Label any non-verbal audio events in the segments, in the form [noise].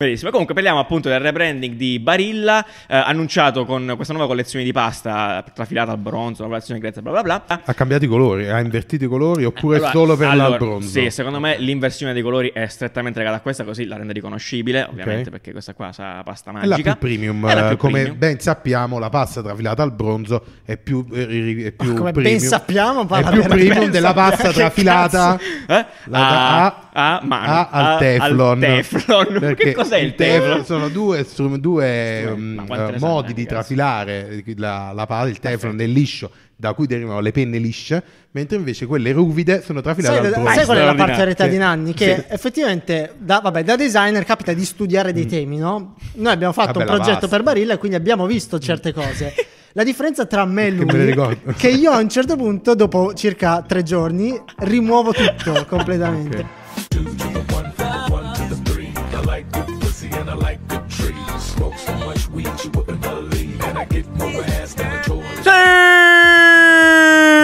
Benissimo, comunque parliamo appunto del rebranding di Barilla, eh, annunciato con questa nuova collezione di pasta trafilata al bronzo, una colazione grezza, bla bla bla. Ha cambiato i colori, ha invertito i colori oppure Allora, solo per allora, l'al bronzo? Sì, secondo me l'inversione dei colori è strettamente legata a questa, così la rende riconoscibile, ovviamente, Ok. perché questa qua sa pasta È la magica. più premium, È la più eh, come premium. ben sappiamo la pasta trafilata al bronzo è più, eh, ri- è più Ah, Come ben premium, sappiamo, è parla più bene. premium Ben della sappiamo, pasta [laughs] che trafilata Eh? la- a, a- a mano. a- al A- teflon. teflon. [laughs] Perché Che cos'è il teflon? teflon? Sono due, strum- due, Ma mm, quante ne eh, sa, modi di ragazzi? trafilare eh, la, la palla, il teflon Perfetto. del liscio da cui derivano le penne lisce, mentre invece quelle ruvide sono trafilate Sai, al sai bronzo. qual è la straordinario. particolarità Sì. Mm. di Nanni? Che effettivamente da, vabbè, da designer capita di studiare dei temi, no? Noi abbiamo fatto Vabbè, la un progetto basta. per Barilla e quindi abbiamo visto certe cose. La differenza tra me e Mm. Che me le lui ricordo. è che io a un certo punto, dopo circa tre giorni, rimuovo tutto completamente. [laughs] Ok. Sì,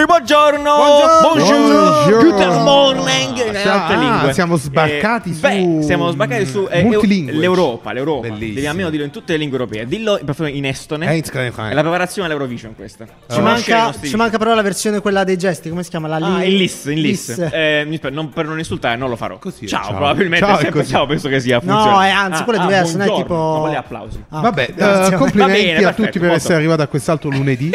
buongiorno, Buongiorno. bonjour, Buongiorno. guten morning, in Ciao. altre Ah, lingue. Eh, siamo sbarcati su- beh, siamo sbarcati su eh, Multilingue. l'Europa, l'Europa. Bellissimo. Devi almeno dirlo in tutte le lingue europee. Dillo per favore, in estone. Eh, in scala- È la preparazione all'Eurovision questa. Ci, Ah. Conoscere i manca, nostri- ci manca però la versione quella dei gesti, come si chiama? La Ah, li- in list, in list. lis. Eh, mi dispiace, non- per non insultare, non lo farò. Così è, ciao, ciao. probabilmente Ciao, è sempre così. ciao, penso che sia funzionale. No, eh, anzi, quella è Ah, diversa, non è buongiorno. tipo... Ma quali applausi. [laughs] Ah, Vabbè, eh, grazie. complimenti Va bene, a perfetto, tutti per molto. essere arrivati a quest'altro [laughs] lunedì.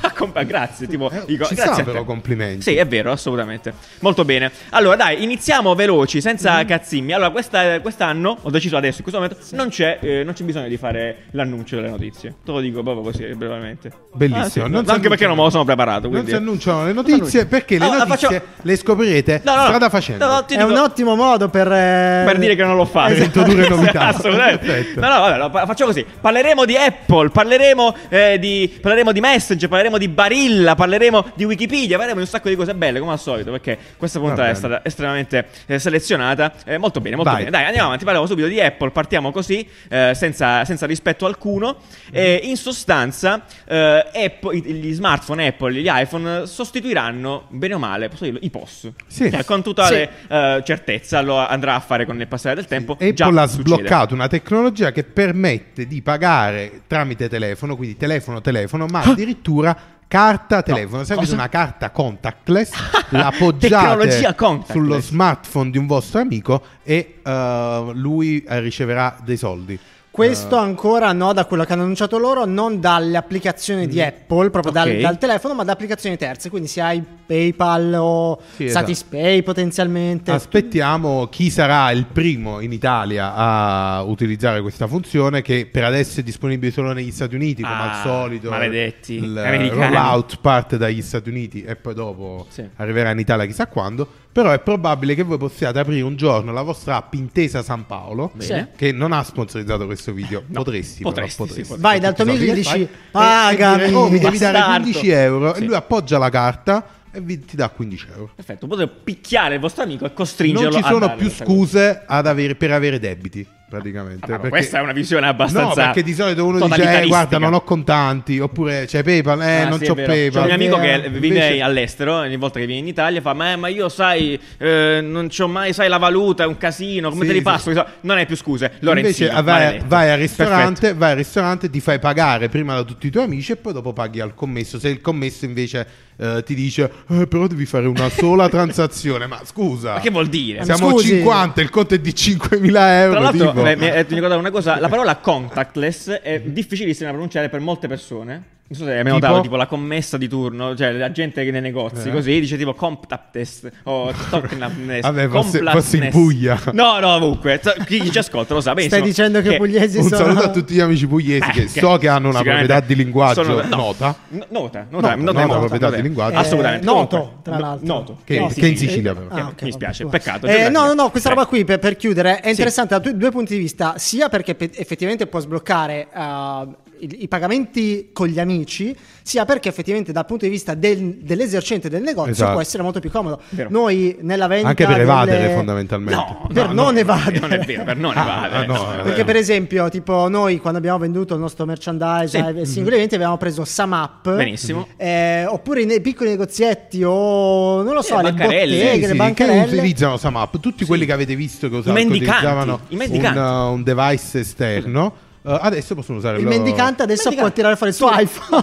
Ah, compa- grazie, tipo, Eh, dico, ci grazie sta a te. però, complimenti. Sì, è vero, assolutamente. Molto bene. Allora, dai, iniziamo veloci, senza Mm-hmm. cazzimmi. Allora, questa- quest'anno, ho deciso adesso, in questo momento, non, c'è, eh, non c'è bisogno di fare l'annuncio delle notizie. Te lo dico proprio così, brevemente. Bellissimo. Ah, sì, Non no, si anche perché annunciano- non me lo sono preparato. Non quindi- si annunciano le Non si notizie annunciano. perché le Allora, la notizie faccio- le scoprirete No, no, no. strada facendo. No, no, ti È dico- un ottimo modo per... eh, per dire che non l'ho fatto. [laughs] Per introdurre novità. Assolutamente. Perfetto. No, no, vabbè, lo fa- facciamo così. Parleremo di Apple, parleremo, eh, di, parleremo di Messenger, parleremo di Barilla, parleremo di Wikipedia, parleremo di un sacco di cose belle, come al solito, perché questa puntata Va è bene. stata estremamente eh, selezionata. Eh, molto bene, molto Vai. bene. Dai, andiamo avanti, parliamo subito di Apple, partiamo così, eh, senza, senza rispetto alcuno. Mm. Eh, in sostanza, eh, Apple- i- gli smartphone Apple, gli iPhone, sostituiranno, bene o male, posso dirlo, i POS. Sì. Cioè, con tutta Sì. le- eh, certezza lo andrà a fare con il passare del tempo. Già Apple ha succede. sbloccato una tecnologia che permette di pagare tramite telefono, quindi telefono telefono, ma addirittura carta telefono. Se avete Ah. cosa? una [laughs] carta contactless, la appoggiate Tecnologia contactless. sullo smartphone di un vostro amico e eh, lui eh, riceverà dei soldi. Questo ancora no da quello che hanno annunciato loro, non dalle applicazioni di Apple, proprio dal- Mm. Ok. dal, telefono, ma da applicazioni terze, quindi se hai PayPal o Sì, esatto. Satispay potenzialmente. Aspettiamo chi sarà il primo in Italia a utilizzare questa funzione che per adesso è disponibile solo negli Stati Uniti come Ah, al solito. maledetti, il americani. rollout parte dagli Stati Uniti e poi dopo Sì. arriverà in Italia chissà quando, però è probabile che voi possiate aprire un giorno la vostra app Intesa San Paolo Bene. Sì. che non ha sponsorizzato questo video. No, potresti, però, potresti, sì, potresti. Vai dal tuo amico e gli dici, Fai- e- "Pagami, e dire, "Oh, mi devi dare bastardo." 15 euro Sì. e lui appoggia la carta e vi- ti dà 15 euro. Perfetto, potete picchiare il vostro amico e costringerlo Non ci a sono darle più questa cosa. scuse ad avere- per avere debiti, praticamente. Ah, ma perché- Questa è una visione abbastanza. No, perché di solito uno dice, eh, totalitaristica. guarda, non ho contanti, oppure c'è PayPal, eh, Ah, non sì, è c'ho vero. PayPal. Eh, C'è un mio amico che Invece- vive all'estero, ogni volta che viene in Italia fa: Ma, ma io sai, eh, non c'ho mai, sai, la valuta, è un casino, come Sì, te li sì. passo? Non hai più scuse. Invece Lorenzino, ah, vai, maledetto. vai al Perfetto. ristorante, vai al ristorante, ti fai pagare prima da tutti i tuoi amici e poi dopo paghi al commesso. Se il commesso invece eh, ti dice, "Eh, però devi fare una [laughs] sola transazione, ma scusa. Ma che vuol dire? Siamo Scusi. 50, il conto è di 5.000 euro. Tra l'altro, tipo. Mm. beh, mi hai ricordato una cosa: la parola contactless è difficilissima da pronunciare per molte persone. Non so se hai mai Tipo? notato, tipo la commessa di turno, cioè la gente che nei negozi Eh. così dice tipo contactless o contactless. [laughs] Vabbè, fosse- contactless. fosse in Puglia. No, no, ovunque. So- Chi ci ascolta lo sa benissimo. Stai dicendo che, i pugliesi Un sono... saluto a tutti gli amici pugliesi Eh, che che- so che hanno una sicuramente proprietà di linguaggio sono- no. nota. No- Nota, nota, Nota, nota, nota, nota, proprietà nota. di linguaggio. Eh, Assolutamente. noto, Comunque, tra no- l'altro. Noto. Che- No, che sì, in sì. Sicilia, però. Che- Ah, ok, Mi spiace, vabbè, peccato. scusa. Eh, no, no, no, questa Eh. roba qui per, per chiudere è Sì. interessante da due, due punti di vista, sia perché pe- effettivamente può sbloccare eh, i, i pagamenti con gli amici, sia perché effettivamente dal punto di vista del- dell'esercente del negozio Esatto. può essere molto più comodo. Vero. Noi nella vendita... Anche per delle- evadere, fondamentalmente. No, Per no, non no, evadere. Non è vero, per non Ah, evadere. ah, no, eh. Perché per esempio, tipo noi quando abbiamo venduto il nostro merchandise Sì. Mm-hmm. ai singoli eventi abbiamo preso Samap. Benissimo. Eh, oppure nei piccoli negozietti o non lo so, Eh, le bancarelle. botteghe, Sì, le che bancarelle. utilizzano Samap, tutti quelli che avete visto che, usavano, che mendicanti, utilizzavano i mendicanti. Esatto. Un, uh, un device esterno, eh, adesso possono usare Il lo- mendicante adesso Mendicante. può tirare fuori il suo iPhone.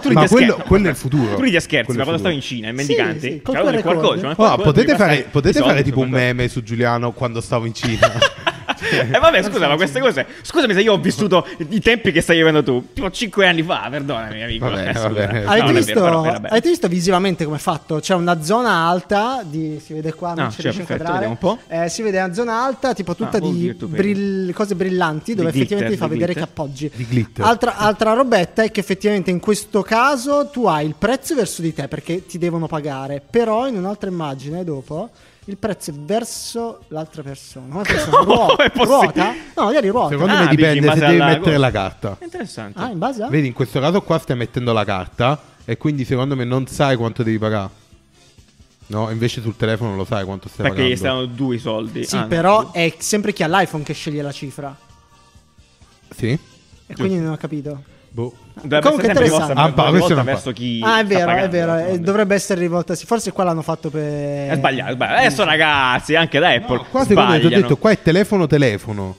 [laughs] Tu ridi Ma a quello, scherzo. quello è il futuro. Tu ridi a scherzi, Quello ma è quando il stavo in futuro. Cina, i Sì, mendicanti, Cioè, sì, col c'erano il QR QR code. code, c'erano il Oh, QR code, potete devi fare, passare potete i soldi Oh, fare tipo un sul QR code. meme su Giuliano quando stavo [laughs] in Cina. E Eh, vabbè, scusa, ma queste cose. Scusami se io ho vissuto i tempi che stai vivendo tu. Tipo 5 anni fa, perdonami, amico. Vabbè, eh, scusa. vabbè. No, Avete, non è visto, vero, però era bello. avete visto visivamente come è fatto? C'è una zona alta, di, si vede qua, non Ah, ci cioè, riesce a perfetto, inquadrare. vediamo un Eh, si vede una zona alta, tipo tutta Ah, oh, di YouTube, brill- cose brillanti, Di dove effettivamente ti glitter, fa di vedere che glitter. appoggi. Di glitter. Altra, altra robetta è che effettivamente in questo caso tu hai il prezzo verso di te perché ti devono pagare, però in un'altra immagine dopo il prezzo è verso l'altra persona. Una [laughs] persona ruota, è possibile? ruota? No, magari ruota. Secondo Ah, me dici, in dipende se base devi alla- Esatto. mettere la carta. Interessante. Ah, in base a? Vedi, in questo caso qua stai mettendo la carta e quindi secondo me non sai quanto devi pagare. No, invece sul telefono lo sai quanto stai Perché gli pagando. stavano due i soldi. Sì, Ah, no, però due. è sempre chi ha l'iPhone che sceglie la cifra. Sì? E quindi non ho capito. Boh. Dovrebbe Comunque essere sempre rivolta, interessante. Ah, pa- questo rivolta non fa. verso chi. Ah, è sta vero, è pagando, vero. eh, secondo me. dovrebbe essere rivolta. Sì, forse qua l'hanno fatto per. È sbagliato, è sbagliato. Adesso, ragazzi, anche da Apple. Qua secondo me ti ho Ah, sbagliano. detto, qua è telefono telefono.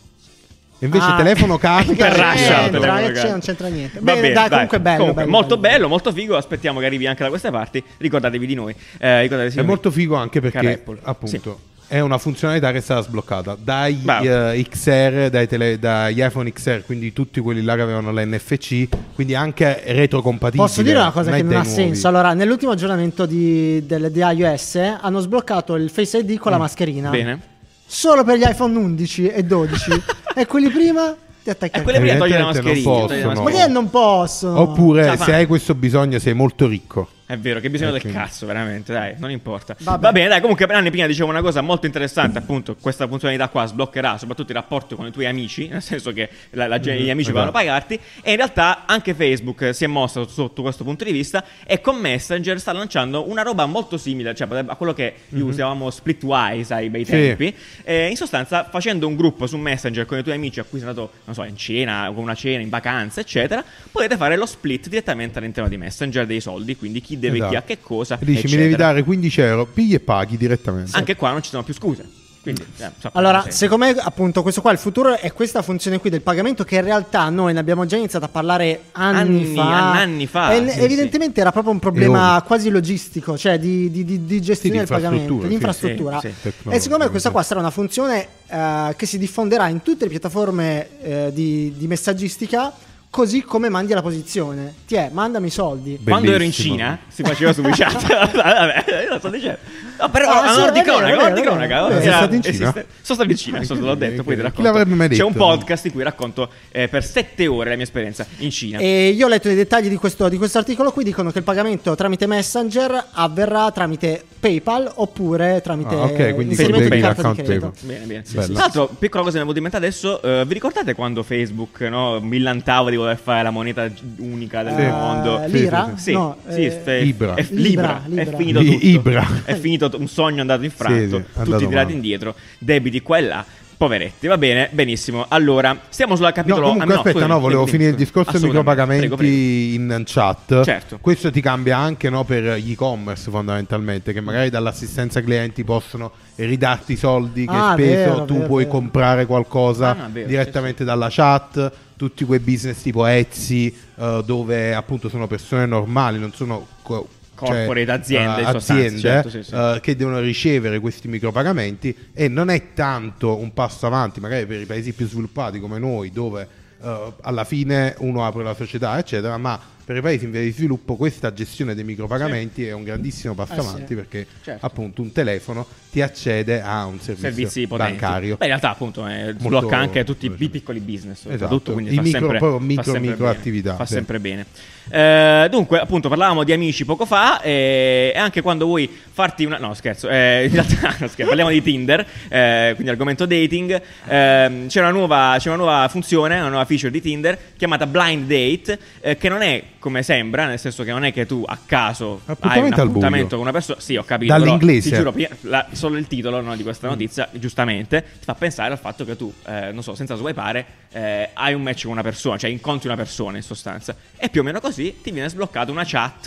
E invece [laughs] Ah. telefono carta. Per Eh, Russia, entra, però, eh, ragazzi. c'è- non c'entra niente. Va Bene, bene, dai, dai. comunque bello, Comunque, bello, molto bello. bello. molto figo. Aspettiamo che arrivi anche da queste parti. Ricordatevi di noi. Eh, ricordatevi È signori. molto figo anche Cara perché, Apple. appunto, è una funzionalità che è stata sbloccata dagli Bravo. eh, XR, dai tele- dagli iPhone XR, quindi tutti quelli là che avevano l'NFC, quindi anche retrocompatibile. Posso dire una cosa è che non dei ha nuovi. senso? Allora, nell'ultimo aggiornamento di, del- di iOS eh, hanno sbloccato il Face ID con la mascherina. Mm. Bene. Solo per gli iPhone 11 e [laughs] 12. e quelli prima ti attacchi E al Eh, quelle prima togli la Evidentemente mascherina. non togli la possono. cazzo. Ma che non possono? Oppure, Ce la se fanno. hai questo bisogno, sei molto ricco. È vero, che bisogno Eh, del quindi. cazzo, veramente, dai, non importa. Vabbè. Va bene, dai, comunque Nanni prima diceva una cosa molto interessante, appunto, questa funzionalità qua sbloccherà soprattutto il rapporto con i tuoi amici, nel senso che la- la gente- gli amici esatto. vanno a pagarti, e in realtà anche Facebook eh, si è mossa sotto, sotto questo punto di vista e con Messenger sta lanciando una roba molto simile, cioè potrebbe- a quello che usavamo Splitwise ai bei Mhm. Sì. tempi, eh, in sostanza, facendo un gruppo su Messenger con i tuoi amici a cui sei andato, non so, in cena, con una cena, in vacanza, eccetera, potete fare lo split direttamente all'interno di Messenger dei soldi, quindi chi deve Esatto. chi a che cosa. E Dici, eccetera. mi devi dare 15 euro, pigli e paghi direttamente. Anche qua non ci sono più scuse. Quindi, eh, sappiamo Allora, sempre. secondo me, appunto, questo qua il futuro è questa funzione qui del pagamento che in realtà noi ne abbiamo già iniziato a parlare anni, Anni, fa. an- anni fa, E- sì, evidentemente era proprio un problema quasi logistico, cioè di, di- di- di gestione Sì, di del pagamento, infrastruttura, di infrastruttura. sì, sì, tecnologico, E secondo me questa qua sarà una funzione eh, che si diffonderà in tutte le piattaforme eh, di, di messaggistica, così come mandi alla posizione. Ti è, mandami i soldi. Quando ero in Bellissimo. Cina si faceva su [laughs] WeChat. Vabbè, io lo sto dicendo. No, però Ah, ah, sì, no, è di vero, è cronaca, vero, no, di è vero. cronaca. Eh, sei Era- stato in Cina? cioè, esiste- Sono stato in Cina, Ah, sono incredibile, l'ho detto, poi ti incredibile. racconto. Chi l'avrebbe mai C'è detto? un podcast in cui racconto eh, per sette ore la mia esperienza in Cina. E io ho letto i dettagli di questo, di questo articolo qui, dicono che il pagamento tramite Messenger avverrà tramite PayPal oppure tramite Ah, ok, quindi con inserimento di dei carta di account credito. PayPal. Bene, bene. Sì, sì, Tra l'altro, piccola cosa che mi è venuta in mente adesso, eh, vi ricordate quando Facebook no, millantava di voler fare la moneta g- unica del Sì. mondo? Eh, Sì, Lira? Sì, No, sì, eh, fe- Libra. è- Libra, Libra, Libra. è finito Li- tutto. Ibra. È finito t- un sogno andato in Sì, franto, sì, è andato tutti tirati male. indietro, debiti qua e là. Poveretti, va bene, benissimo. Allora, stiamo sulla No, capitolo comunque ah, no, aspetta, scusami, no, volevo dimmi, finire il dimmi. discorso dei Assolutamente, micropagamenti prego, prego. in chat. Certo. Questo ti cambia anche no, per gli e-commerce fondamentalmente, che magari dall'assistenza clienti possono ridarti i soldi che Ah, hai speso, vero, tu vero, puoi vero. comprare qualcosa Ah, no, è vero, direttamente dalla chat, tutti quei business tipo Etsy eh, dove appunto sono persone normali, non sono... co- cioè, Corporate, aziende, eh, in sostanza, aziende, certo, sì, sì. eh, eh, che devono ricevere questi micropagamenti e non è tanto un passo avanti, magari per i paesi più sviluppati come noi, dove eh, alla fine uno apre la società, eccetera, ma per i paesi in via di sviluppo questa gestione dei micropagamenti è un grandissimo passo Eh sì. avanti perché Certo. appunto un telefono ti accede a un servizio Servizi potenti. bancario. Beh, in realtà, appunto, eh, sblocca anche tutti i piccoli business. soprattutto, Esatto. quindi I fa micro- sempre, proprio fa micro- sempre micro bene. attività, Fa sì. sempre bene. Eh, dunque, appunto, parlavamo di amici poco fa. eh, E anche quando vuoi farti una. No, scherzo. eh, in realtà, [laughs] no, scherzo, parliamo di Tinder, eh, quindi argomento dating. Ehm, c'è, una nuova, c'è una nuova funzione, una nuova feature di Tinder chiamata Blind Date, eh, che non è come sembra, nel senso che non è che tu a caso hai un Appuntamento al buio. appuntamento con una persona. Sì, ho capito. però, Dall'inglese. ti giuro, Prima- la- solo il titolo no, di questa notizia, giustamente, ti fa pensare al fatto che tu, eh, non so, senza swipeare, eh, hai un match con una persona, cioè incontri una persona in sostanza. E più o meno così ti viene sbloccata una chat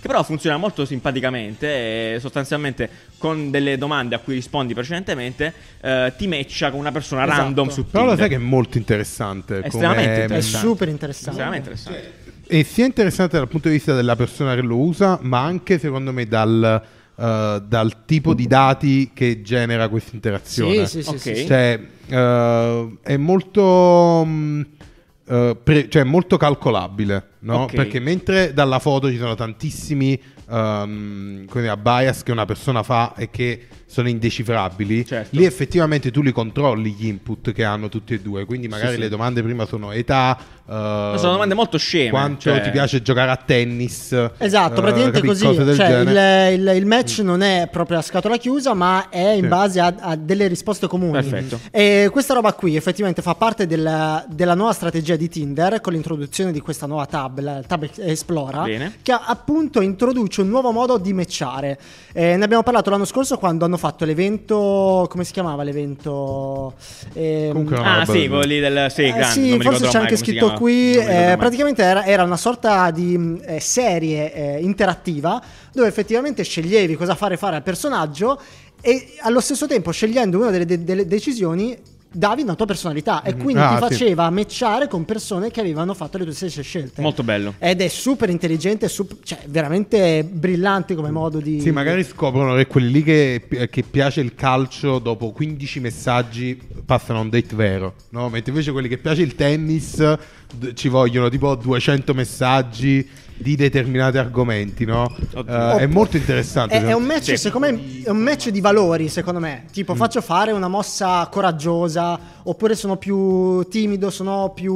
che però funziona molto simpaticamente e sostanzialmente con delle domande a cui rispondi precedentemente eh, ti matcha con una persona Esatto. random su Però Tinder. lo sai che è molto interessante. Estremamente come- È interessante. super interessante. Estremamente interessante. E sia interessante dal punto di vista della persona che lo usa, ma anche secondo me dal, eh, dal tipo di dati che genera questa interazione. Sì, sì, sì, Ok. sì, sì. Cioè, eh, è molto. mm, eh, pre- cioè molto calcolabile no? Ok. perché mentre dalla foto ci sono tantissimi ehm, come dire, bias che una persona fa e che sono indecifrabili Certo. lì effettivamente tu li controlli gli input che hanno tutti e due quindi magari Sì, sì. le domande prima sono età eh, sono domande molto sceme, quanto cioè- ti piace giocare a tennis Esatto, eh, praticamente capi- così. cose del genere. Mm. Cioè, il, il- il match non è proprio a scatola chiusa, ma è in Sì. base a, a delle risposte comuni. Perfetto. E questa roba qui effettivamente fa parte della, della nuova strategia di Tinder con l'introduzione di questa nuova tab, la tab Esplora, Bene. che appunto introduce un nuovo modo di matchare. Eh, ne abbiamo parlato l'anno scorso quando hanno fatto l'evento. Come si chiamava l'evento? Ehm, Comunque Ah, una roba sì, del- quelli del... Sì, eh, grande, sì, non mi forse ricordo c'è anche ormai come si scritto chiama. qui. Non mi ricordo eh, ormai. praticamente era, era una sorta di mh, eh, serie eh, interattiva dove effettivamente sceglievi cosa fare fare al personaggio e allo stesso tempo scegliendo una delle, de- delle decisioni davi una tua personalità e Mhm. quindi Ah, ti sì. faceva matchare con persone che avevano fatto le tue stesse scelte. Molto bello. Ed è super intelligente, sup- cioè veramente brillante Mm. come modo di... Sì, magari scoprono che quelli lì che, che piace il calcio dopo 15 messaggi passano a un date vero, no? Mentre invece quelli che piace il tennis d- ci vogliono tipo 200 messaggi di determinati argomenti, no? Oddio. Eh, è molto interessante. È, è un match, Sì. secondo me, è un match di valori, secondo me. Mm. Tipo, faccio fare una mossa coraggiosa, oppure sono più timido, sono più,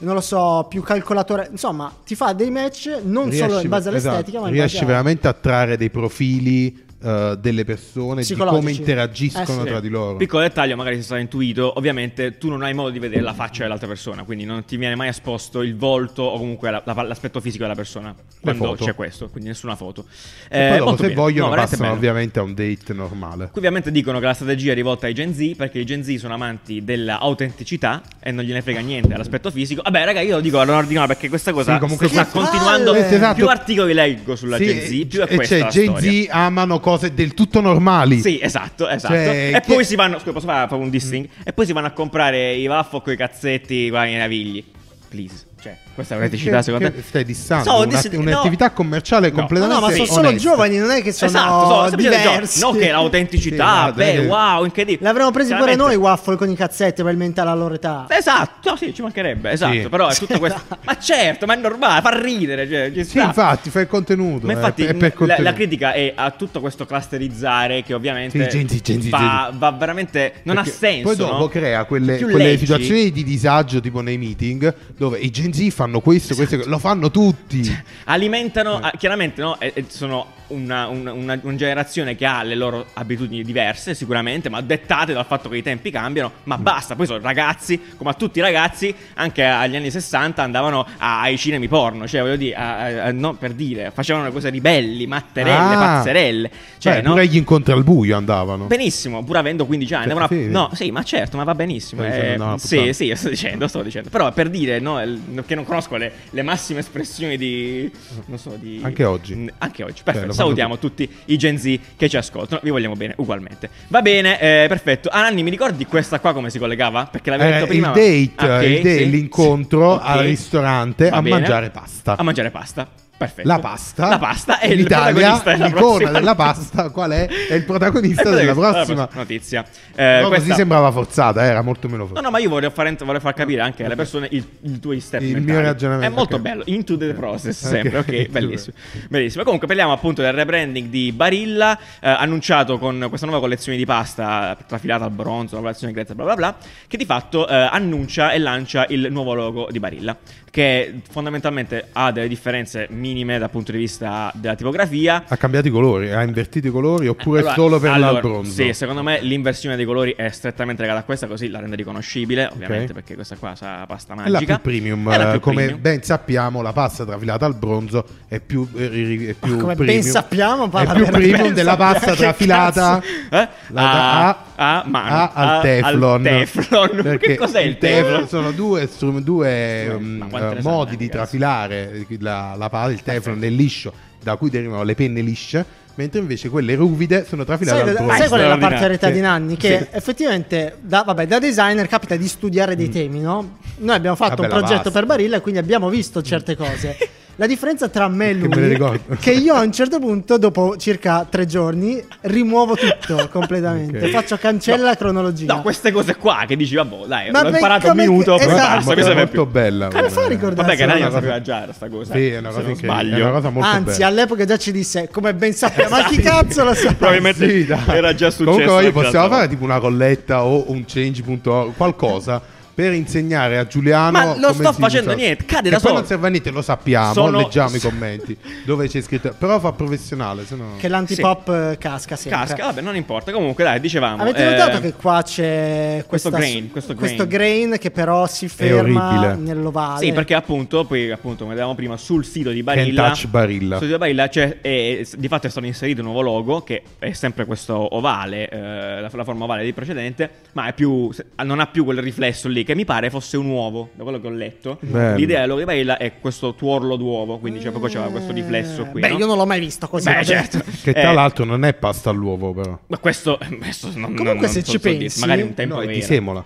non lo so, più calcolatore. Insomma, ti fa dei match non solo in base esatto, all'estetica, ma in riesci base a- veramente a trarre dei profili eh, delle persone, di come Psicologici. interagiscono Eh, sì. tra di loro. Piccolo dettaglio, magari se sarà intuito, ovviamente tu non hai modo di vedere la faccia dell'altra persona, quindi non ti viene mai esposto il volto o comunque la- la- l'aspetto fisico della persona quando foto. c'è questo, quindi nessuna foto. E Eh, poi dopo, molto se bene. vogliono No, veramente passano bello. ovviamente a un date normale. Qui ovviamente dicono che la strategia è rivolta ai Gen Z perché i Gen Z sono amanti dell'autenticità e non gliene frega niente all'aspetto fisico. Vabbè, raga, io lo dico all'ordine perché questa cosa Sì, comunque sta questo- continuando. Questo esatto. Più articoli leggo sulla Gen Z, più è e questa cioè, la Gen storia. Z amano cose del tutto normali. Sì, esatto, esatto. Cioè, e chi- Mm. poi si vanno. Scusa, posso fare fare un dissing? E poi si vanno a comprare i waffle con i cazzetti qua nei navigli. Please. Cioè, questa è un'eticità, Che- secondo che te. Stai dissando No, una- dissi- no. un'attività commerciale No. No, no, completamente ma sono solo onesta. giovani, non è che sono esatto, sono semplicemente diversi. giochi. No, che l'autenticità, Sì, guarda, beh, eh, wow, incredibile. L'avremmo presi pure Veramente. noi i waffle con i cazzetti, probabilmente alla loro età. Esatto, no, sì, ci mancherebbe, esatto, Sì. però è tutto [laughs] questo. ma certo, ma è normale, fa ridere, cioè, ci Sì, sta. infatti, fai il contenuto. Ma eh, infatti è per la, contenuto. la critica è a tutto questo clusterizzare che ovviamente Sì, Gen Z, Gen Z, va, Gen va veramente... Non Perché ha senso. Poi dopo no? crea quelle, Più quelle leggi. situazioni di disagio, tipo nei meeting, dove i Gen Z fanno questo, questo, Esatto. lo fanno tutti. Cioè, alimentano ah, chiaramente no, eh, eh, sono una, una- una- una generazione che ha le loro abitudini diverse sicuramente ma dettate dal fatto che i tempi cambiano Mm. ma basta poi sono ragazzi come a tutti i ragazzi anche agli anni 60 andavano a- ai cinemi porno cioè voglio dire a- a- a- no, per dire facevano le cose ribelli matterelle Ah. pazzerelle cioè Beh, no? pure gli incontri al buio andavano. Benissimo, pur avendo 15 anni. Cioè, avevano- sì. no, sì, ma certo, ma va benissimo. Stai eh, dicendo una sì, Cioè, puttana. sì, sto dicendo, sto dicendo. Però per dire no, il- che non conosco le, le massime espressioni di... Non so, di... Anche oggi. Cioè, Mm, Anche oggi, perfetto. lo fanno Salutiamo tutti i Gen Z che ci ascoltano. Vi vogliamo bene, ugualmente. Va bene, eh, perfetto. Ah, Nanni, mi ricordi questa qua come si collegava? Perché l'avevo Era detto prima. Eh, il ma- date, Ah, ok, il date, sì, l'incontro sì, ok. al ristorante Va a bene. mangiare pasta. A mangiare pasta. Perfetto. La pasta. La pasta è il L'Italia, protagonista della l'icona prossima. [laughs] della pasta, qual è? È il protagonista, Eh, È il della protagonista prossima. notizia. Eh, No, questa- così sembrava forzata, era molto meno No, forzata. no, ma io voglio far, ent- voglio far capire anche alle persone il, il tuo step Il mio mentali. ragionamento, È molto ok. bello, into the process Ok, sempre, ok, [laughs] into the- bellissimo. Bellissimo. Comunque parliamo appunto del rebranding di Barilla, eh, annunciato con questa nuova collezione di pasta trafilata al bronzo, la colazione grezza, bla bla bla, che di fatto eh, annuncia e lancia il nuovo logo di Barilla, che fondamentalmente ha delle differenze minime dal punto di vista della tipografia, Ha cambiato i colori, ha invertito i colori oppure allora, solo per allora, l'albronzo? Sì, secondo me l'inversione dei colori è strettamente legata a questa, così la rende riconoscibile, ovviamente, perché questa qua sa pasta È la magica. più premium, È la eh, più come premium. ben sappiamo la pasta trafilata al bronzo è più, eh, ri- è più come ben premium, sappiamo, parla è più per- premium ben della sappiamo, pasta che trafilata Eh? la- a, a, mano, a- al a- teflon, teflon. [laughs] Perché Che cos'è il teflon? sono due, strum- due, Ma mm, quante ne eh, sa, modi di ragazzi? trafilare la, la pasta, il teflon è liscio da cui derivano le penne lisce mentre invece quelle ruvide sono trafilate Sai, al sai bronzo qual è la Straordinario. particolarità Sì. Mm. di Nanni? Che effettivamente, da, vabbè, da designer capita di studiare dei temi, no? Noi abbiamo fatto Vabbè, un la progetto basta. Mm. per Barilla e quindi abbiamo visto certe cose. La differenza tra me e Che me le lui ricordo. è che io a un certo punto, dopo circa tre giorni, rimuovo [laughs] tutto completamente. Ok. Faccio cancella la cronologia. No, queste cose qua che dici, vabbè, dai, Ma l'ho perché- imparato un minuto, poi esatto. basta, mi È serve molto più. bella Come fa a come- ricordare? Vabbè, che Nani È non una cosa- sapeva già sta cosa. Sì, è una se cosa non incredibile, sbaglio. è una cosa molto Anzi, bella. all'epoca già ci disse, come [laughs] ben sappiamo, ma chi cazzo lo sa? Probabilmente- Sì, dai. Era già successo Comunque, la io possiamo volta. fare tipo una colletta o un change.org, qualcosa per insegnare a Giuliano. Ma lo come sto si facendo usa. niente, cade Che da poi solo. non serve a niente, lo sappiamo. Sono- [laughs] Leggiamo i commenti dove c'è scritto, però fa professionale. Se no... Che l'antipop eh, casca sempre. Casca, vabbè, non importa. Comunque, dai, dicevamo. Avete eh, notato che qua c'è questo questa- grain, questo grain che però si ferma orribile. nell'ovale. Sì, perché appunto, poi appunto, come vedevamo prima, sul sito di Can't Barilla, touch Barilla. sul sito di Barilla c'è- è- di fatto è stato inserito un nuovo logo che è sempre questo ovale, eh, la, la forma ovale del precedente, ma è più, se- non ha più quel riflesso lì che mi pare fosse un uovo, da quello che ho letto. Bello. L'idea del logo di Barilla è questo tuorlo d'uovo, quindi c'è cioè, proprio c'era questo riflesso qui. Beh, no? io non l'ho mai visto così. Beh, vabbè. certo. Che Eh, tra l'altro non è pasta all'uovo, però. Ma questo, eh, questo non, Comunque, non- non se so- ci so dire. pensi- magari un tempo No, è di era. semola.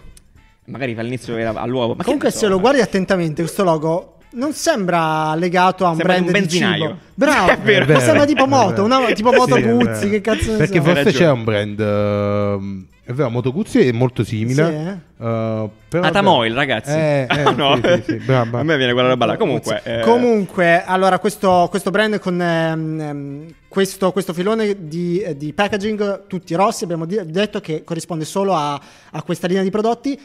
Magari all'inizio era all'uovo. Ma che Comunque ne so, se lo ma- guardi attentamente questo logo non sembra legato a un Sembra di brand un di benzinaio. cibo. [laughs] Bravo. È vero. È Ma sembra vero, tipo è moto, vero. una, tipo moto Sì, è Guzzi, vero. che cazzo ne Perché so. forse Hai c'è ragione. un brand. ehm, è vero, Moto Guzzi è molto simile. Sì, eh. eh, però- Atamoil, Ah, ragazzi. Eh, eh, [laughs] Ah, no. sì, sì, sì, brava. A me viene quella roba là. Comunque, eh, Comunque, allora, questo, questo brand con ehm, ehm, questo, questo filone di, eh, di packaging, tutti rossi, abbiamo di- detto che corrisponde solo a, a questa linea di prodotti.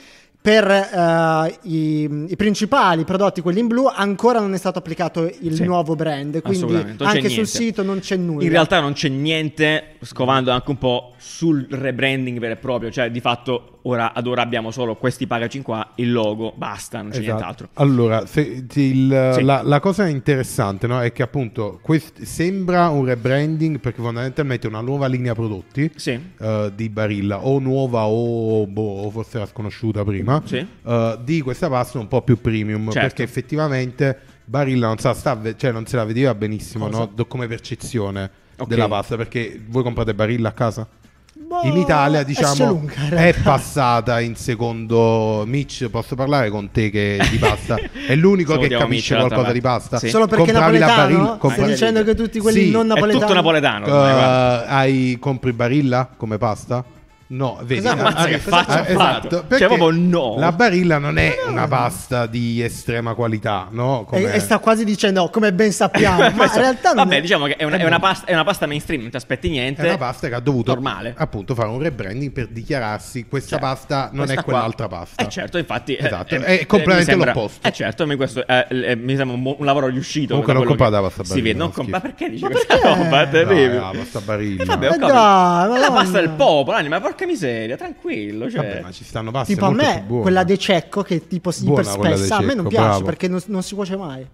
Per eh, i, i principali prodotti, quelli in blu, ancora non è stato applicato il Sì. nuovo brand. Quindi assolutamente, non c'è anche sul niente. sito non c'è nulla. In realtà non c'è niente, scovando anche un po' sul rebranding vero e proprio. Cioè, di fatto, ora, ad ora abbiamo solo questi packaging qua, il logo, basta, non c'è Esatto. nient'altro. Allora, se- ti- il- Sì. la, la cosa interessante no, è che appunto quest- sembra un rebranding perché fondamentalmente è una nuova linea prodotti Sì. eh, di Barilla, o nuova o, boh, o forse era sconosciuta prima, Sì. eh, di questa pasta un po' più premium Certo. perché effettivamente Barilla non, sa, sta ve- cioè, non se la vedeva benissimo Cosa? no, do- come percezione Ok. della pasta perché voi comprate Barilla a casa? Boh, in Italia diciamo esce lunga, in è realtà. passata in secondo Mitch posso parlare con te che di pasta è l'unico [laughs] Solo che diamo capisce Mitch qualcosa l'altra di parte. pasta Sì. Solo perché Compravi la napoletano? Ah, Barilla- Stai compravi- dicendo che tutti quelli Sì, non è È napoletani. tutto napoletano. ormai, guarda. eh, hai compri Barilla come pasta? No, vedi, Cosa ammazza ah, che ah, faccia ah, ha esatto, fatto? perché Cioè, proprio no. La Barilla non è una pasta di estrema qualità, no? E, Come- e sta quasi dicendo, "Oh, come ben [laughs] sappiamo, ma in Questo- realtà non Vabbè, è- Eh diciamo che è una, è una pasta, è una pasta mainstream, non ti aspetti niente. È una pasta che ha dovuto Normale. appunto fare un rebranding per dichiararsi questa Cioè, pasta non questa è quell'altra qua- pasta. Eh certo, infatti. eh, Esatto, eh, è eh, mi completamente sembra- l'opposto. Eh certo, a me questo eh, l- eh, mi sembra un, bu- un lavoro riuscito. Comunque da non quello comprate la che- pasta Sì, Barilla, vedi, non schifo. compa- perché dici Ma questa perché? roba? È Dai, terribile. la pasta Barilla. Eh, vabbè, ho Ma capito. dai, Ma ma la donna. pasta del popolo, anima, porca miseria, tranquillo. Cioè. Vabbè, ma ci stanno paste Tipo a molto me, più buone. quella De Cecco che tipo si Buona iper quella De spessa, a me non Cecco, piace bravo. perché non, non si cuoce mai.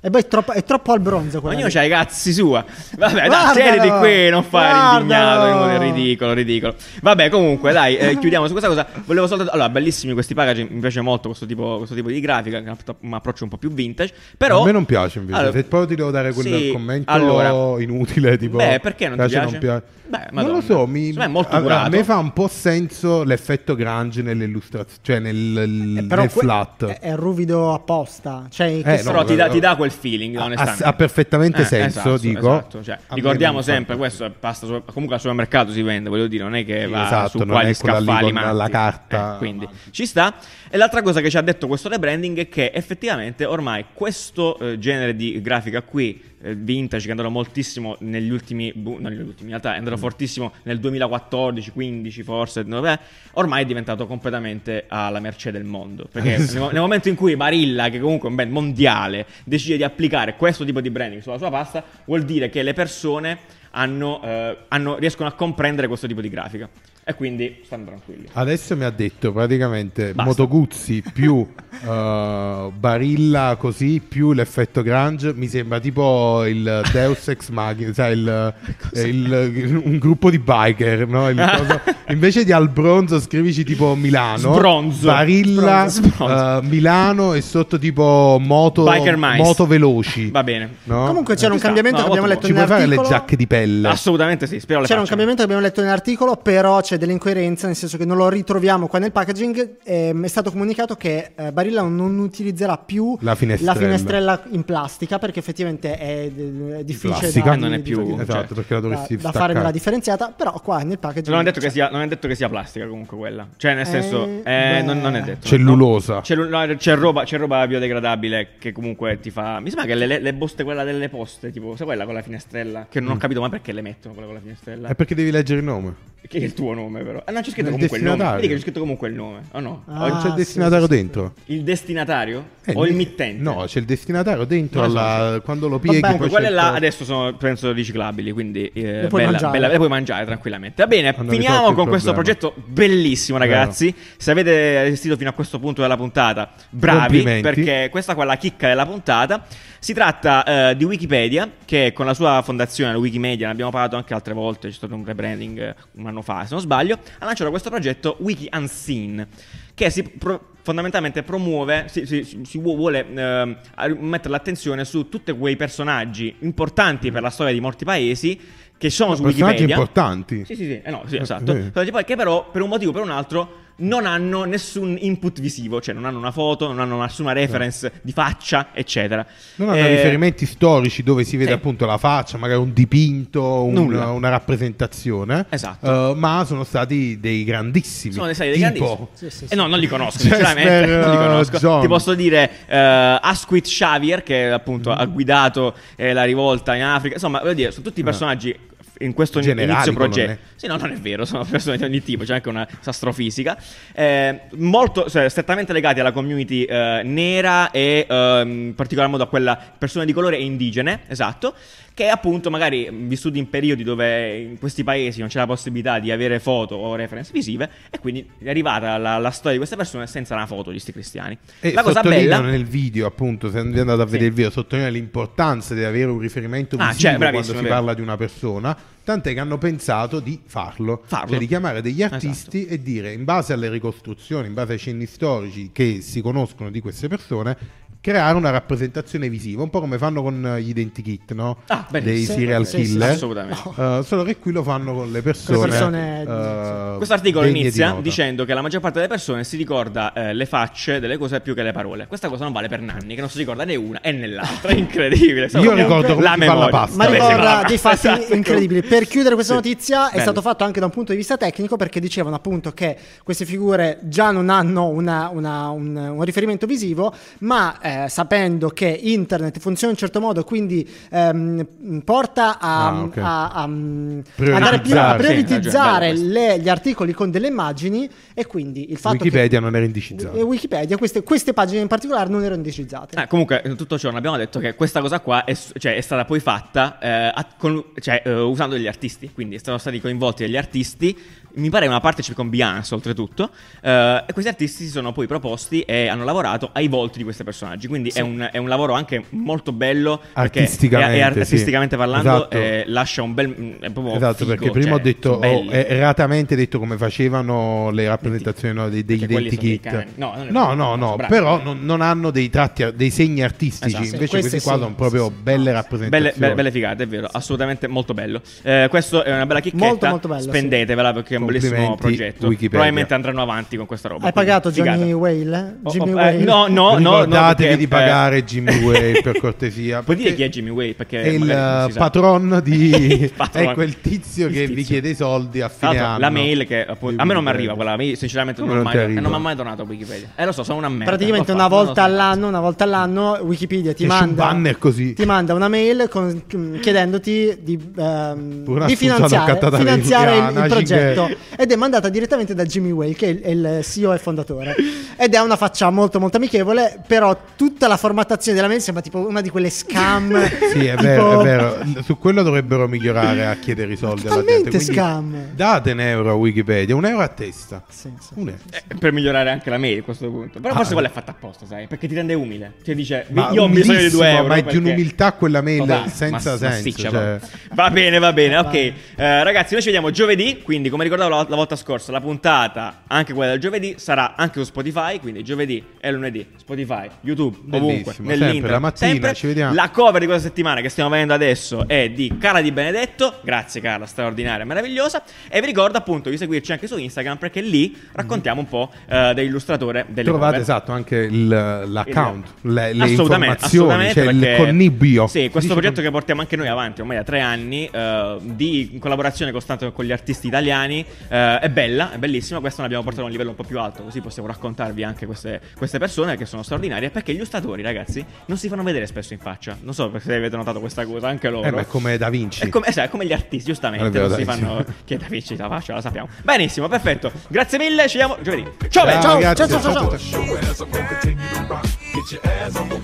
E poi è troppo, è troppo al bronzo quella. Ognuno lì. c'ha i cazzi sua. Vabbè, dai, Guardalo! siediti qui, non fare Guardalo! l'indignato. inutile, Ridicolo, ridicolo. Vabbè, comunque, dai, eh, chiudiamo su questa cosa. Volevo soltanto. Allora, bellissimi questi packaging. Mi piace molto questo tipo, questo tipo di grafica. che ha Un approccio un po' più vintage. Però. A me non piace invece. Allora, Se poi ti devo dare quel sì, commento allora. inutile, tipo. Beh, perché non ti piace? Beh, non Madonna. lo so. Mi... Secondo me è molto a- a, curato. me fa un po' senso l'effetto Grange nelle illustrazioni, cioè nel, Eh, però nel que- flat. È, è ruvido apposta. Cioè, Eh, che no, però ti dà, ti dà quel quel feeling, Ha- ha, onestamente. ha perfettamente Eh, senso, esatto, dico. esatto, cioè, A ricordiamo me non sempre, fa- questo è pasta su- comunque al supermercato si vende, voglio dire, non è che Sì, va esatto, su non quali è quella lì scaffali con matti. la carta. Eh, quindi ci sta. E l'altra cosa che ci ha detto questo rebranding è che effettivamente ormai questo eh, genere di grafica qui eh, vintage che andrà moltissimo negli ultimi bu- non negli ultimi, in realtà andrà fortissimo nel 2014, 15 forse, no, beh, ormai è diventato completamente alla merce del mondo, perché nel, mo- nel momento in cui Barilla, che comunque è un brand mondiale, decide di applicare questo tipo di branding sulla sua pasta, vuol dire che le persone hanno, eh, hanno- riescono a comprendere questo tipo di grafica e quindi stanno tranquilli. Adesso mi ha detto praticamente Basta. [laughs] Motoguzzi più eh, Barilla così più l'effetto Grange mi sembra tipo il Deus Ex Machina, cioè il, il- un gruppo di biker, no? Il [laughs] coso- invece di al bronzo scrivici tipo Milano, Sbronzo. Barilla, Sbronzo, sbronzo. eh, Milano e sotto tipo moto, Biker Mice. moto veloci. Va bene. no? Comunque Ci c'era un sta. cambiamento No, che abbiamo molto ci letto in un puoi fare le articolo. giacche di pelle? Assolutamente Ah, sì, spero le C'era facciano. un cambiamento che abbiamo letto nell'articolo, però c'è dell'incoerenza, nel senso che non lo ritroviamo qua nel packaging. Ehm, è stato comunicato che eh, Barilla non utilizzerà più La finestrella. finestrella in plastica, perché effettivamente è, è difficile plastica? da, Non è di- più- di- Esatto, certo. perché la da, dovresti da staccare. fare nella differenziata, però qua nel packaging... Cioè, cioè, Non è, detto che sia, non è detto che sia plastica comunque quella. Cioè, nel senso, Eh, eh, non, non è beh. detto. Cellulosa. C'è, lu- no, c'è roba, c'è roba biodegradabile che comunque ti fa. Mi sembra che le, le- le buste, quella delle poste, tipo, sai quella con la finestrella? Che non ho capito mai perché le mettono quella con la finestrella. Mm. È perché devi leggere il nome. Che è il tuo nome, però. Ah, no, c'è scritto Il comunque il nome. destinatario. Vedi che c'è scritto comunque il nome. O no? Ah. O il- non c'è il sì, destinatario sì, sì. dentro. il destinatario? Eh, o il lì- mittente? No, c'è il destinatario dentro. Non lo so, alla- Quando lo pieghi, Vabbè, poi Comunque, quelle c'è il là po- adesso sono penso riciclabili, quindi eh, Le puoi bella, mangiare. bella- le puoi mangiare tranquillamente. Va bene, Hanno finiamo risolto il con questo problema. progetto bellissimo, ragazzi. Se avete assistito fino a questo punto della puntata, bravi, Complimenti. perché questa qua è la chicca della puntata. Si tratta eh, di Wikipedia, che con la sua fondazione, la Wikimedia, ne abbiamo parlato anche altre volte, c'è stato un rebranding eh, un anno fa, se non sbaglio, ha lanciato questo progetto Wiki Unseen, che si pro- fondamentalmente promuove, si, si- si vu- vuole ehm, a- mettere l'attenzione su tutti quei personaggi importanti per la storia di molti paesi che sono su personaggi Wikipedia. importanti. Sì, sì, sì, eh no, sì, Eh, esatto. eh. Personaggi poi che però per un motivo o per un altro non hanno nessun input visivo, cioè non hanno una foto, non hanno nessuna reference di faccia, eccetera. Eh. Non hanno Eh, riferimenti storici dove si vede sì. appunto la faccia, magari un dipinto, un- Nulla. una rappresentazione. Esatto. Eh, ma sono stati dei grandissimi. Sono dei sai, dei Tipo- grandissimi. Sì, sì, sì. Eh no, non li conosco, Chester, sinceramente. Non li conosco. eh, John. Ti posso dire eh, Asquith Xavier, che appunto ha guidato eh, la rivolta in Africa. Insomma, voglio dire, sono tutti Mm-hmm. Ah. personaggi in questo Generali, inizio colonne. progetto. Sì, no, non è vero, sono persone di ogni tipo, c'è anche una astrofisica. Eh, molto cioè, strettamente legati alla community eh, nera e ehm, in particolar modo a quella persone di colore e indigene, esatto, che appunto magari mh, vissuti in periodi dove in questi paesi non c'è la possibilità di avere foto o reference visive e quindi è arrivata la, la storia di queste persone senza una foto di questi cristiani. E la cosa sottolineano bella nel video, appunto, se andate a vedere Sì. il video, sottolinea l'importanza di avere un riferimento Ah, visivo cioè, bravissimo, quando si è vero. parla di una persona, tant'è che hanno pensato di farlo, Farlo. Esatto. cioè di chiamare degli artisti e dire in base alle ricostruzioni, in base ai cenni storici che si conoscono di queste persone, creare una rappresentazione visiva, un po' come fanno con eh, gli identikit, no? Ah, benissimo. dei Sì, serial sì, sì, killer. assolutamente. Eh, solo che qui lo fanno con le persone. Con le persone, eh, Questo articolo degne di inizia nota. dicendo che la maggior parte delle persone si ricorda eh, le facce delle cose più che le parole. Questa cosa non vale per Nanni, che non si ricorda né una e [laughs] nell'altra. È incredibile. Io ricordo come la si fa la memoria. pasta. Ma Vabbè, ricorda sembra- dei [laughs] fatti Esatto. incredibili. Per chiudere questa Sì. notizia è Bello. stato fatto anche da un punto di vista tecnico perché dicevano appunto che queste figure già non hanno una- una- un, un riferimento visivo, ma eh, sapendo che internet funziona in un certo modo, quindi ehm, porta a, Ah, ok. a- a- andare più- a Prioritizzare. Sì, prioritizzare ragione, le- gli articoli con delle immagini e quindi il fatto Wikipedia non era che... indicizzata. e Wikipedia, queste, queste pagine in particolare non erano indicizzate. Ah, comunque, in tutto ciò, non abbiamo detto che questa cosa qua è, s- cioè, è stata poi fatta eh, a- con- cioè, eh, usando degli artisti, quindi sono stati coinvolti degli artisti, mi pare una partnership con Beyoncé oltretutto, eh, e questi artisti si sono poi proposti e hanno lavorato ai volti di questi personaggi, quindi è, un, è un lavoro anche molto bello, perché è- è Artisticamente, ar- sì. artisticamente parlando Esatto. eh, lascia un bel... mm, è proprio Esatto, figo, perché prima cioè, ho detto oh, sono belli. ho erratamente detto come facevano le rappresentazioni no, dei, degli Perché quelli sono dei identikit. cani. No, non è no, vero, no, sono no, bravi. però non, non hanno dei tratti, a- dei segni artistici. Esatto. Sì, Invece queste questi qua sì, sono proprio sì, sì. belle Belle, rappresentazioni. be- belle figate, è vero, assolutamente molto bello. Eh, questo è una bella chicchetta. Molto, molto bello, Spendetevela perché bellissimo Complimenti, progetto. Wikipedia. Probabilmente andranno avanti con questa roba. Hai quindi pagato figata. Johnny Whale? Oh, Jimmy oh, eh, Whale? no, no, no. Ricordatevi no, perché- di eh, [laughs] pagare Jimmy Whale, per cortesia, Puoi dire perché chi è Jimmy Whale? Perché è il magari non si sa. patron di [laughs] Il patron. è quel tizio Il che vi tizio. chiede i soldi a Tra fine l'altro, anno. la mail che appunto, a me non mi arriva quella mail, sinceramente non, Come ho mai, non ti eh, arriva? non mi è mai donato Wikipedia. Eh lo so, sono una merda. Praticamente l'ho una fatto, non lo volta so. all'anno, una volta all'anno Wikipedia ti Esce un manda, banner così. ti manda una mail con- chiedendoti di, ehm, Pure Assunzia di l'ha finanziare, cattata lei, Ah, finanziare il, il Giuliana, progetto. Gigè. Ed è mandata direttamente da Jimmy Whale, che è il, è il CEO e fondatore. Ed è una faccia molto molto amichevole, però tutta la formattazione della mail sembra tipo una di quelle scam. Sì, è [laughs] tipo- vero, è vero. Su quello dovrebbero migliorare a chiedere i soldi alla gente. Totalmente Quindi scam. Date un euro a Wikipedia, un euro a testa. Sì, sì. Un euro. Eh, Per migliorare anche la mail a questo punto. Però forse Ah. quella è fatta apposta, sai? Perché ti rende umile. Cioè dice, Ma io ho bisogno di umilissimo, 2 euro. ma è di perché- un'umiltà quella mail Totale, senza mass- senso, massiccia, cioè. proprio. Va bene, va bene. Ok, Eh, ragazzi, noi ci vediamo giovedì. Quindi, come ricordavo la, la volta scorsa, la puntata, anche quella del giovedì, sarà anche su Spotify. Quindi, giovedì e lunedì, Spotify, YouTube, ovunque. Bellissimo, Nell'internet, sempre, la mattina, sempre. ci vediamo. La cover di questa settimana che stiamo vedendo adesso è di Cara Di Benedetto. Grazie, Cara, straordinaria, meravigliosa. E vi ricordo appunto di seguirci anche su Instagram perché lì raccontiamo un po' eh, dell'illustratore delle Trovate cover. esatto anche il- l'account, le, le Assolutamente, informazioni, assolutamente, cioè il perché- connibio. Sì, questo Dice progetto che con- portiamo anche noi avanti ormai da tre anni, eh, di in collaborazione costante con gli artisti italiani, eh, è bella, è bellissima. Questa l'abbiamo portata a un livello un po' più alto, così possiamo raccontarvi anche queste, queste persone che sono straordinarie. Perché gli ustatori, ragazzi, non si fanno vedere spesso in faccia. Non so se avete notato questa cosa, anche loro. Eh, ma è come Da Vinci. È come, esatto, è come gli artisti, giustamente. È vero, non si dai, fanno chiedere amici la faccia, la sappiamo. Benissimo, perfetto. Grazie mille, ci vediamo giovedì. Ciao, beh, Ciao, ciao. ragazzi, ciao, ciao, ciao, ciao. Show ass, I'm gonna continue to rock. Get your ass on the